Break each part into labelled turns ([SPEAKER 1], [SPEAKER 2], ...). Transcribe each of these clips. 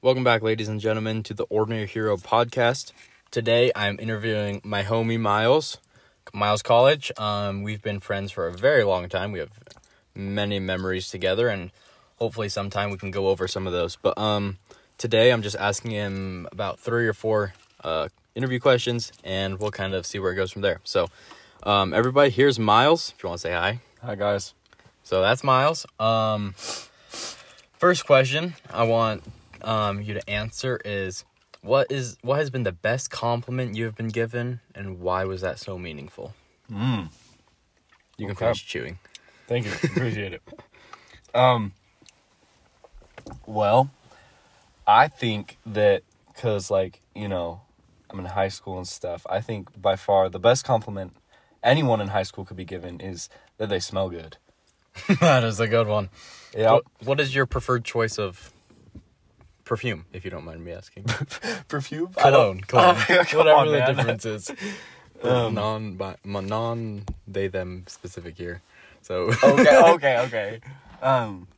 [SPEAKER 1] Welcome back, ladies and gentlemen, to the Ordinary Hero podcast. Today, I'm interviewing my homie Miles, Miles College. Um, we've been friends for a very long time. We have many memories together, and hopefully, sometime we can go over some of those. But um, today, I'm just asking him about three or four uh, interview questions, and we'll kind of see where it goes from there. So, um, everybody, here's Miles. If you want to say hi,
[SPEAKER 2] Hi guys.
[SPEAKER 1] so that's Miles. Um, first question I want um, you to answer is what is what has been the best compliment you have been given, and why was that so meaningful? You can
[SPEAKER 2] Okay.
[SPEAKER 1] finish chewing.
[SPEAKER 2] Thank you. Appreciate it. Um well, I think that cuz like, you know, I'm in high school and stuff. I think by far the best compliment anyone in high school could be given is that they smell good.
[SPEAKER 1] that is a good one.
[SPEAKER 2] Yeah.
[SPEAKER 1] What, what is your preferred choice of perfume, if you don't mind me asking?
[SPEAKER 2] Perfume? I
[SPEAKER 1] Cologne,
[SPEAKER 2] don't-
[SPEAKER 1] cologne,
[SPEAKER 2] Come
[SPEAKER 1] whatever
[SPEAKER 2] on,
[SPEAKER 1] the
[SPEAKER 2] man. Um,
[SPEAKER 1] difference is. non, bi- non, they them specific here. So
[SPEAKER 2] okay, okay, okay. Um,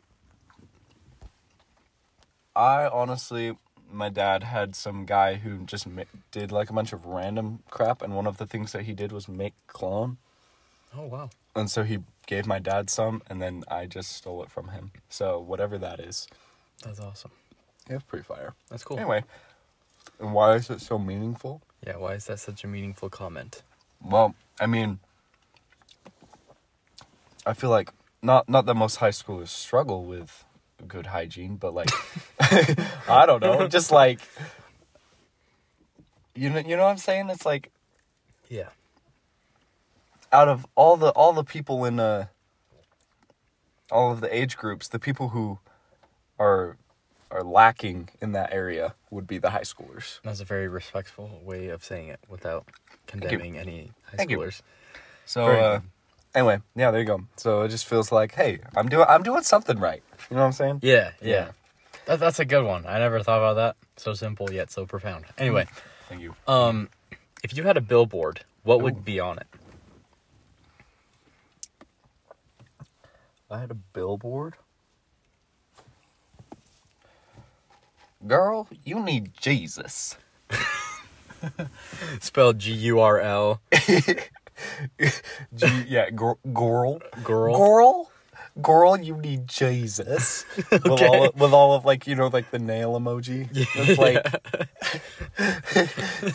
[SPEAKER 2] I honestly, my dad had some guy who just ma- did like a bunch of random crap, and one of the things that he did was make cologne,
[SPEAKER 1] oh wow.
[SPEAKER 2] and so he gave my dad some, and then I just stole it from him. So whatever that is,
[SPEAKER 1] That's awesome.
[SPEAKER 2] it's pretty fire.
[SPEAKER 1] That's cool.
[SPEAKER 2] Anyway, and why is it so meaningful?
[SPEAKER 1] Yeah, why is that such a meaningful comment?
[SPEAKER 2] Well, I mean, I feel like not not that most high schoolers struggle with good hygiene, but like I don't know, just like you know, you know what I'm saying? It's like
[SPEAKER 1] Yeah.
[SPEAKER 2] out of all the all the people in uh all of the age groups, the people who are are lacking in that area would be the high schoolers.
[SPEAKER 1] That's a very respectful way of saying it without
[SPEAKER 2] you.
[SPEAKER 1] condemning any high
[SPEAKER 2] Thank you.
[SPEAKER 1] schoolers.
[SPEAKER 2] So
[SPEAKER 1] Very
[SPEAKER 2] uh, anyway, yeah, there you go. So it just feels like, hey, I'm doing I'm doing something right. You know what I'm saying?
[SPEAKER 1] Yeah, yeah.
[SPEAKER 2] Yeah.
[SPEAKER 1] That, that's a good one. I never thought about that. So simple yet so profound. Anyway,
[SPEAKER 2] Thank you.
[SPEAKER 1] um, if you had a billboard, what would be on it?
[SPEAKER 2] I had a billboard. Girl, you need Jesus.
[SPEAKER 1] Spelled G U R L.
[SPEAKER 2] G- yeah, gr- girl.
[SPEAKER 1] Girl.
[SPEAKER 2] Girl? Girl, you need Jesus. with, all of, with all of, like, you know, like the nail emoji. It's like,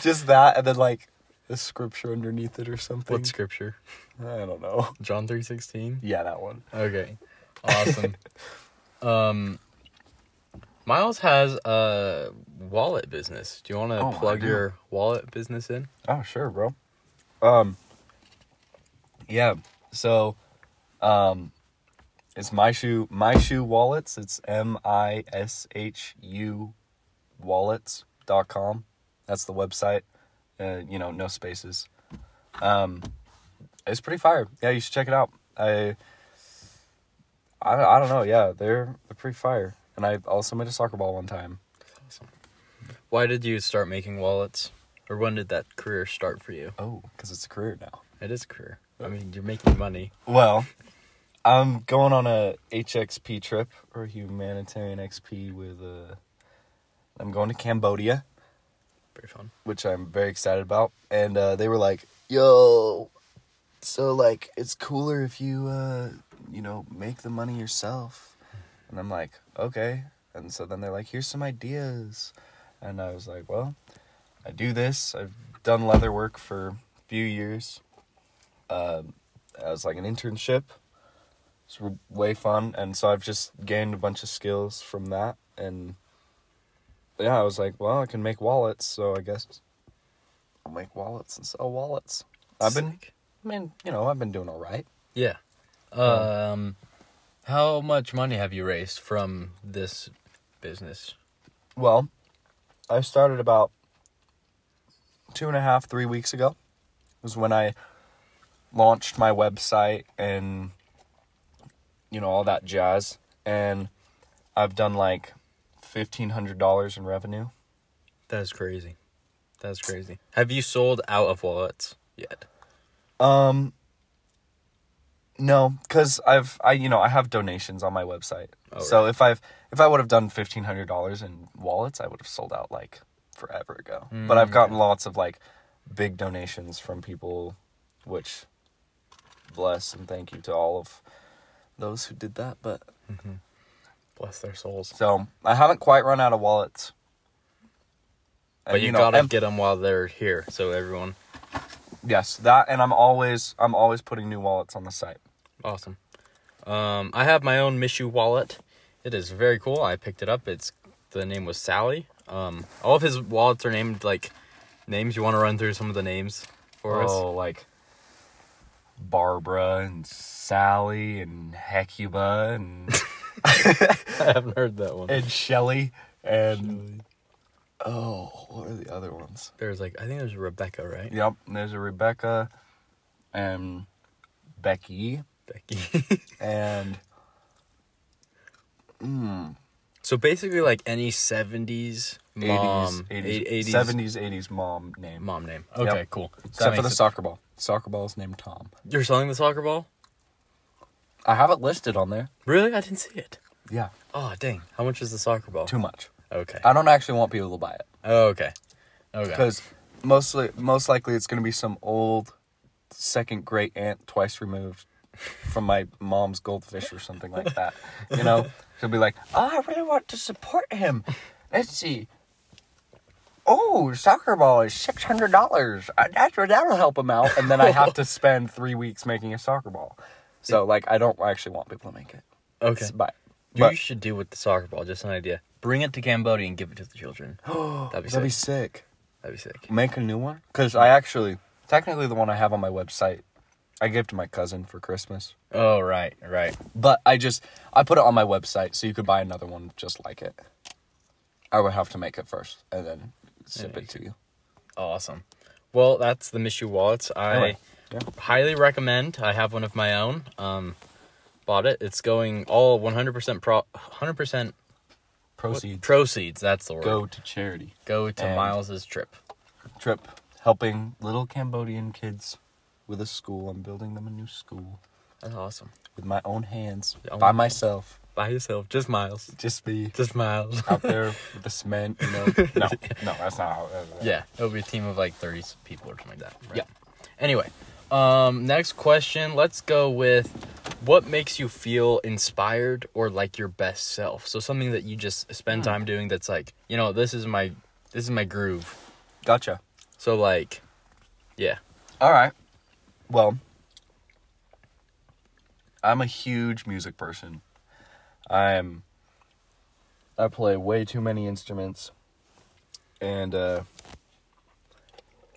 [SPEAKER 2] just that, and then, like, the scripture underneath it or something.
[SPEAKER 1] What scripture?
[SPEAKER 2] I don't know.
[SPEAKER 1] John three sixteen.
[SPEAKER 2] Yeah, that one.
[SPEAKER 1] Okay. Awesome. um Miles has a wallet business. Do you want to
[SPEAKER 2] Oh, I
[SPEAKER 1] plug
[SPEAKER 2] do.
[SPEAKER 1] your wallet business in?
[SPEAKER 2] Oh, sure, bro. Um Yeah. So um it's my shoe my shoe wallets. It's M I S H U wallets.com. That's the website. Uh, you know, no spaces. Um it's pretty fire. Yeah, you should check it out. I I, I don't know. Yeah, they're they're pretty fire. And I also made a soccer ball one time.
[SPEAKER 1] Why did you start making wallets? Or when did that career start for you?
[SPEAKER 2] Oh, cuz it's a career now.
[SPEAKER 1] It is a career. I mean, you're making money.
[SPEAKER 2] Well, I'm going on a HXP trip or humanitarian XP with uh I'm going to Cambodia,
[SPEAKER 1] Very fun.
[SPEAKER 2] which I'm very excited about. And uh, they were like, "Yo, so like it's cooler if you uh, you know, make the money yourself." And I'm like, "Okay." And so then they're like, "Here's some ideas." And I was like, "Well, I do this. I've done leather work for a few years. Um, I was like an internship. It's w- way fun, and so I've just gained a bunch of skills from that. And yeah, I was like, well, I can make wallets, so I guess I'll make wallets and sell wallets. I've been,
[SPEAKER 1] Sick.
[SPEAKER 2] I mean, you know, I've been doing all right.
[SPEAKER 1] Yeah. Um how much money have you raised from this business?
[SPEAKER 2] Well, I started about two and a half, three weeks ago. Was when I launched my website and you know all that jazz, and I've done like fifteen hundred dollars in revenue.
[SPEAKER 1] That is crazy. That is crazy. Have you sold out of wallets yet?
[SPEAKER 2] Um, No, because I've I you know I have donations on my website.
[SPEAKER 1] Oh,
[SPEAKER 2] so if I've if I would have done fifteen hundred dollars in wallets, I would have sold out like forever ago.
[SPEAKER 1] Mm,
[SPEAKER 2] but I've gotten lots of like big donations from people, which bless and thank you to all of those who did that. But
[SPEAKER 1] Bless their souls.
[SPEAKER 2] so I haven't quite run out of wallets. And,
[SPEAKER 1] But you,
[SPEAKER 2] know,
[SPEAKER 1] gotta
[SPEAKER 2] and-
[SPEAKER 1] get them while they're here. So everyone,
[SPEAKER 2] yes that, and I'm always I'm always putting new wallets on the site.
[SPEAKER 1] awesome. Um, I have my own Mishu wallet. It is very cool. I picked it up. It's the name was Sally. Um, all of his wallets are named like names. You want to run through some of the names for us?
[SPEAKER 2] Oh, like Barbara and Sally and Hecuba and
[SPEAKER 1] I haven't heard that one.
[SPEAKER 2] and Shelly and oh, what are the other ones?
[SPEAKER 1] There's like I think there's Rebecca, right?
[SPEAKER 2] Yep, and there's a Rebecca and Becky
[SPEAKER 1] Becky.
[SPEAKER 2] and
[SPEAKER 1] so basically, like any '70s mom,
[SPEAKER 2] 80s, 80s,
[SPEAKER 1] 80s
[SPEAKER 2] 70s, 80s mom name.
[SPEAKER 1] mom name. Okay,
[SPEAKER 2] Yep.
[SPEAKER 1] cool. That
[SPEAKER 2] Except for the
[SPEAKER 1] makes it-
[SPEAKER 2] soccer ball. Soccer ball is named Tom.
[SPEAKER 1] You're selling the soccer ball?
[SPEAKER 2] I have it listed on there.
[SPEAKER 1] Really? I didn't see it.
[SPEAKER 2] Yeah,
[SPEAKER 1] Oh, dang. How much is the soccer ball?
[SPEAKER 2] too much.
[SPEAKER 1] Okay.
[SPEAKER 2] I don't actually want people to buy it.
[SPEAKER 1] Oh, okay. Okay.
[SPEAKER 2] because mostly most likely it's going to be some old second great aunt twice removed from my mom's goldfish or something like that you know she'll be like oh, i really want to support him let's see oh soccer ball is $600 I- that's what that'll help him out and then i have to spend three weeks making a soccer ball so like i don't actually want people to make it
[SPEAKER 1] Okay.
[SPEAKER 2] S- but,
[SPEAKER 1] you
[SPEAKER 2] but
[SPEAKER 1] should do with the soccer ball. Just an idea. Bring it to Cambodia and give it to the children. That'd be
[SPEAKER 2] that'd be
[SPEAKER 1] sick.
[SPEAKER 2] sick
[SPEAKER 1] That'd be sick.
[SPEAKER 2] make a new one because i actually technically the one i have on my website i gave to my cousin for christmas
[SPEAKER 1] Oh, right, right.
[SPEAKER 2] but i just i put it on my website so you could buy another one just like it i would have to make it first and then ship
[SPEAKER 1] Yeah, you
[SPEAKER 2] it to you
[SPEAKER 1] Awesome. Well, that's the Mishu wallets. I
[SPEAKER 2] Anyway, yeah.
[SPEAKER 1] highly recommend. I have one of my own. Um, bought it. It's going all 100% pro- 100%
[SPEAKER 2] proceeds
[SPEAKER 1] proceeds. That's the word.
[SPEAKER 2] go to charity
[SPEAKER 1] Go to
[SPEAKER 2] And-
[SPEAKER 1] Miles's trip.
[SPEAKER 2] trip helping little cambodian kids with a school i'm building them a new school
[SPEAKER 1] That's awesome.
[SPEAKER 2] with my own hands
[SPEAKER 1] Your own
[SPEAKER 2] by
[SPEAKER 1] hands.
[SPEAKER 2] myself
[SPEAKER 1] By yourself, just Miles.
[SPEAKER 2] just be
[SPEAKER 1] Just Miles.
[SPEAKER 2] out there with the cement you know no no that's not how that's-
[SPEAKER 1] Yeah, it'll be a team of like 30 people or something like that. Yeah. Anyway, um, next question. Let's go with what makes you feel inspired or like your best self. So something that you just spend time doing that's like, you know, this is my this is my groove.
[SPEAKER 2] gotcha
[SPEAKER 1] So like, yeah.
[SPEAKER 2] All right. Well, I'm a huge music person. I'm I play way too many instruments. And uh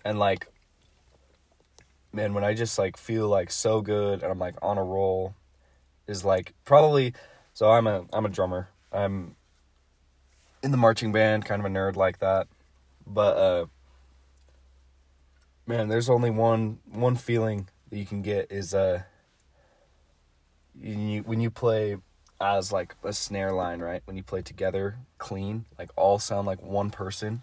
[SPEAKER 2] and like man, when I just like feel like so good and I'm like on a roll is like probably so I'm a I'm a drummer. I'm in the marching band, kind of a nerd like that. But uh man there's only one one feeling that you can get is uh when you when you play as like a snare line right when you play together clean like all sound like one person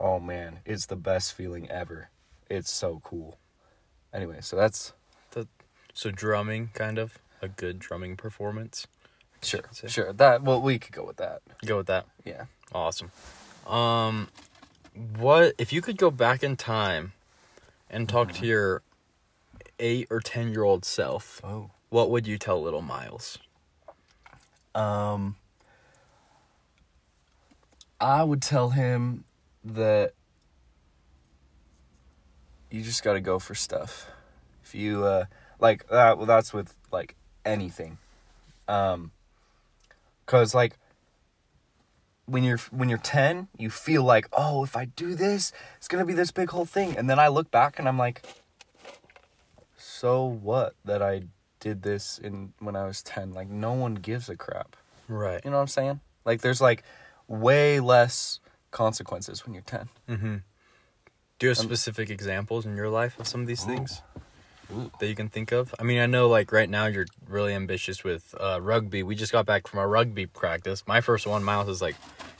[SPEAKER 2] oh man it's the best feeling ever it's so cool anyway so that's
[SPEAKER 1] The, so drumming kind of a good drumming performance.
[SPEAKER 2] sure
[SPEAKER 1] Sick.
[SPEAKER 2] sure that well we could go with that
[SPEAKER 1] Go with that.
[SPEAKER 2] yeah
[SPEAKER 1] Awesome. Um what if you could go back in time and talk to your 8 or 10 year old self?
[SPEAKER 2] oh
[SPEAKER 1] What would you tell little Miles?
[SPEAKER 2] Um, I would tell him that you just got to go for stuff. If you uh, like that, well, that's with like anything. Um, cause like when you're when you're ten, you feel like oh, if I do this, it's gonna be this big whole thing, and then I look back and I'm like, so what that I did this in when I was ten? Like no one gives a crap.
[SPEAKER 1] Right.
[SPEAKER 2] You know what I'm saying? Like there's like way less consequences when you're 10.
[SPEAKER 1] Do you have specific examples in your life of some of these things that you can think of? I mean, I know like right now you're really ambitious with uh, rugby. We just got back from our rugby practice. My first one, Miles is like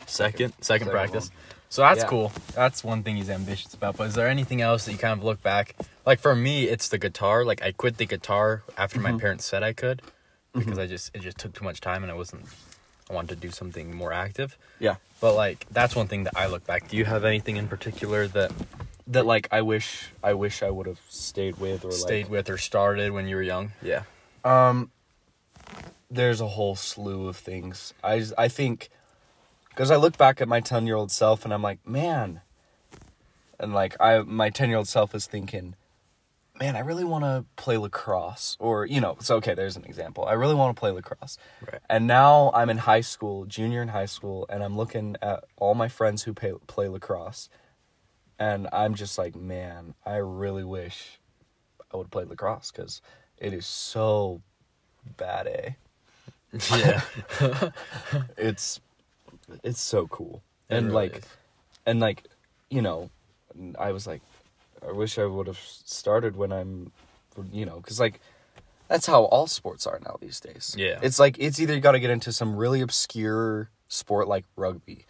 [SPEAKER 1] second, second,
[SPEAKER 2] Second
[SPEAKER 1] practice. So that's
[SPEAKER 2] Yeah.
[SPEAKER 1] cool. That's one thing he's ambitious about. But is there anything else that you kind of look back? Like for me, it's the guitar. Like I quit the guitar after my parents said I could because I just it just took too much time and I wasn't I wanted to do something more active.
[SPEAKER 2] Yeah.
[SPEAKER 1] But like that's one thing that I look back. Do you have anything in particular that
[SPEAKER 2] That like I wish I wish I would have stayed with or
[SPEAKER 1] stayed
[SPEAKER 2] like
[SPEAKER 1] with or started when you were young?
[SPEAKER 2] Yeah. Um there's a whole slew of things. I just- I think cuz I look back at my 10-year-old self and I'm like, "Man." And like I my 10-year-old self is thinking, "Man, I really want to play lacrosse." Or, you know, so okay, there's an example. I really want to play lacrosse.
[SPEAKER 1] Right.
[SPEAKER 2] And now I'm in high school, junior in high school, and I'm looking at all my friends who pay, play lacrosse. And I'm just like, "Man, I really wish I would play lacrosse because it is so bad. Eh?
[SPEAKER 1] Yeah.
[SPEAKER 2] It's it's so cool
[SPEAKER 1] It
[SPEAKER 2] and
[SPEAKER 1] really
[SPEAKER 2] like
[SPEAKER 1] is.
[SPEAKER 2] and like you know, I was like, I wish I would have started when I'm, you know, because like that's how all sports are now these days.
[SPEAKER 1] Yeah.
[SPEAKER 2] it's like it's either you got to get into some really obscure sport like rugby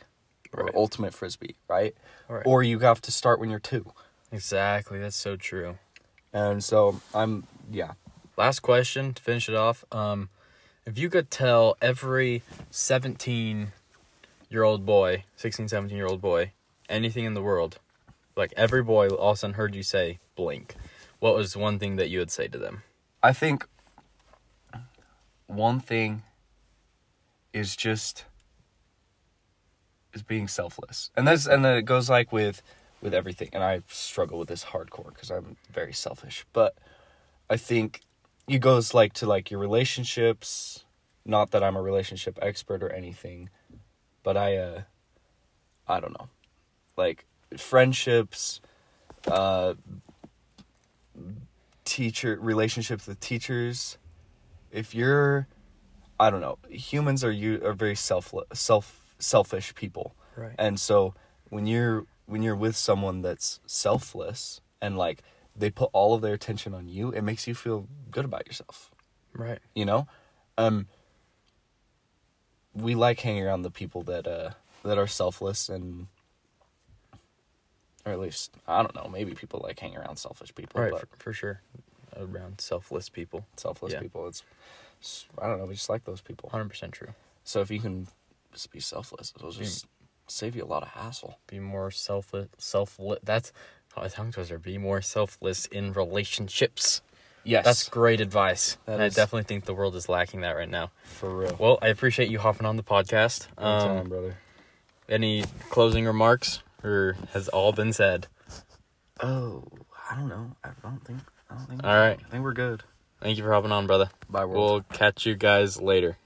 [SPEAKER 1] Right.
[SPEAKER 2] or ultimate frisbee, right?
[SPEAKER 1] Right.
[SPEAKER 2] Or you have to start when you're two.
[SPEAKER 1] exactly. That's so true.
[SPEAKER 2] And so I'm yeah.
[SPEAKER 1] Last question to finish it off. Um, if you could tell every 17 year old boy, 16, 17 year old boy, anything in the world, like every boy all of a sudden heard you say blink, what was one thing that you would say to them?
[SPEAKER 2] I think one thing is just is being selfless, and that's and then it goes like with with everything. And I struggle with this hardcore because I'm very selfish, but I think it goes like to like your relationships. Not that I'm a relationship expert or anything, but I uh, I don't know, like friendships, uh, teacher relationships with teachers if you're i don't know humans are you are very self self selfish people
[SPEAKER 1] Right.
[SPEAKER 2] and so when you're when you're with someone that's selfless and like they put all of their attention on you it makes you feel good about yourself
[SPEAKER 1] Right.
[SPEAKER 2] you know um we like hanging around the people that uh that are selfless and or at least i don't know maybe people like hanging around selfish people
[SPEAKER 1] Right.
[SPEAKER 2] but
[SPEAKER 1] For, for sure. Around selfless people.
[SPEAKER 2] selfless
[SPEAKER 1] Yeah.
[SPEAKER 2] people. It's, it's- I don't know. We just like those people.
[SPEAKER 1] 100% true.
[SPEAKER 2] So if you can just be selfless, it'll
[SPEAKER 1] Mm.
[SPEAKER 2] just save you a lot of hassle.
[SPEAKER 1] Be more selfless. Selfless. That's oh, a tongue twister. Be more selfless in relationships.
[SPEAKER 2] Yes,
[SPEAKER 1] That's great advice.
[SPEAKER 2] That
[SPEAKER 1] and
[SPEAKER 2] is-
[SPEAKER 1] I definitely think the world is lacking that right now.
[SPEAKER 2] for real.
[SPEAKER 1] Well, I appreciate you hopping on the podcast.
[SPEAKER 2] Anytime,
[SPEAKER 1] Um,
[SPEAKER 2] brother.
[SPEAKER 1] any closing remarks, or has all been said?
[SPEAKER 2] Oh, I don't know. I don't think. I don't think.
[SPEAKER 1] All right.
[SPEAKER 2] I think we're good.
[SPEAKER 1] Thank you for hopping on, brother.
[SPEAKER 2] Bye, world.
[SPEAKER 1] We'll catch you guys later.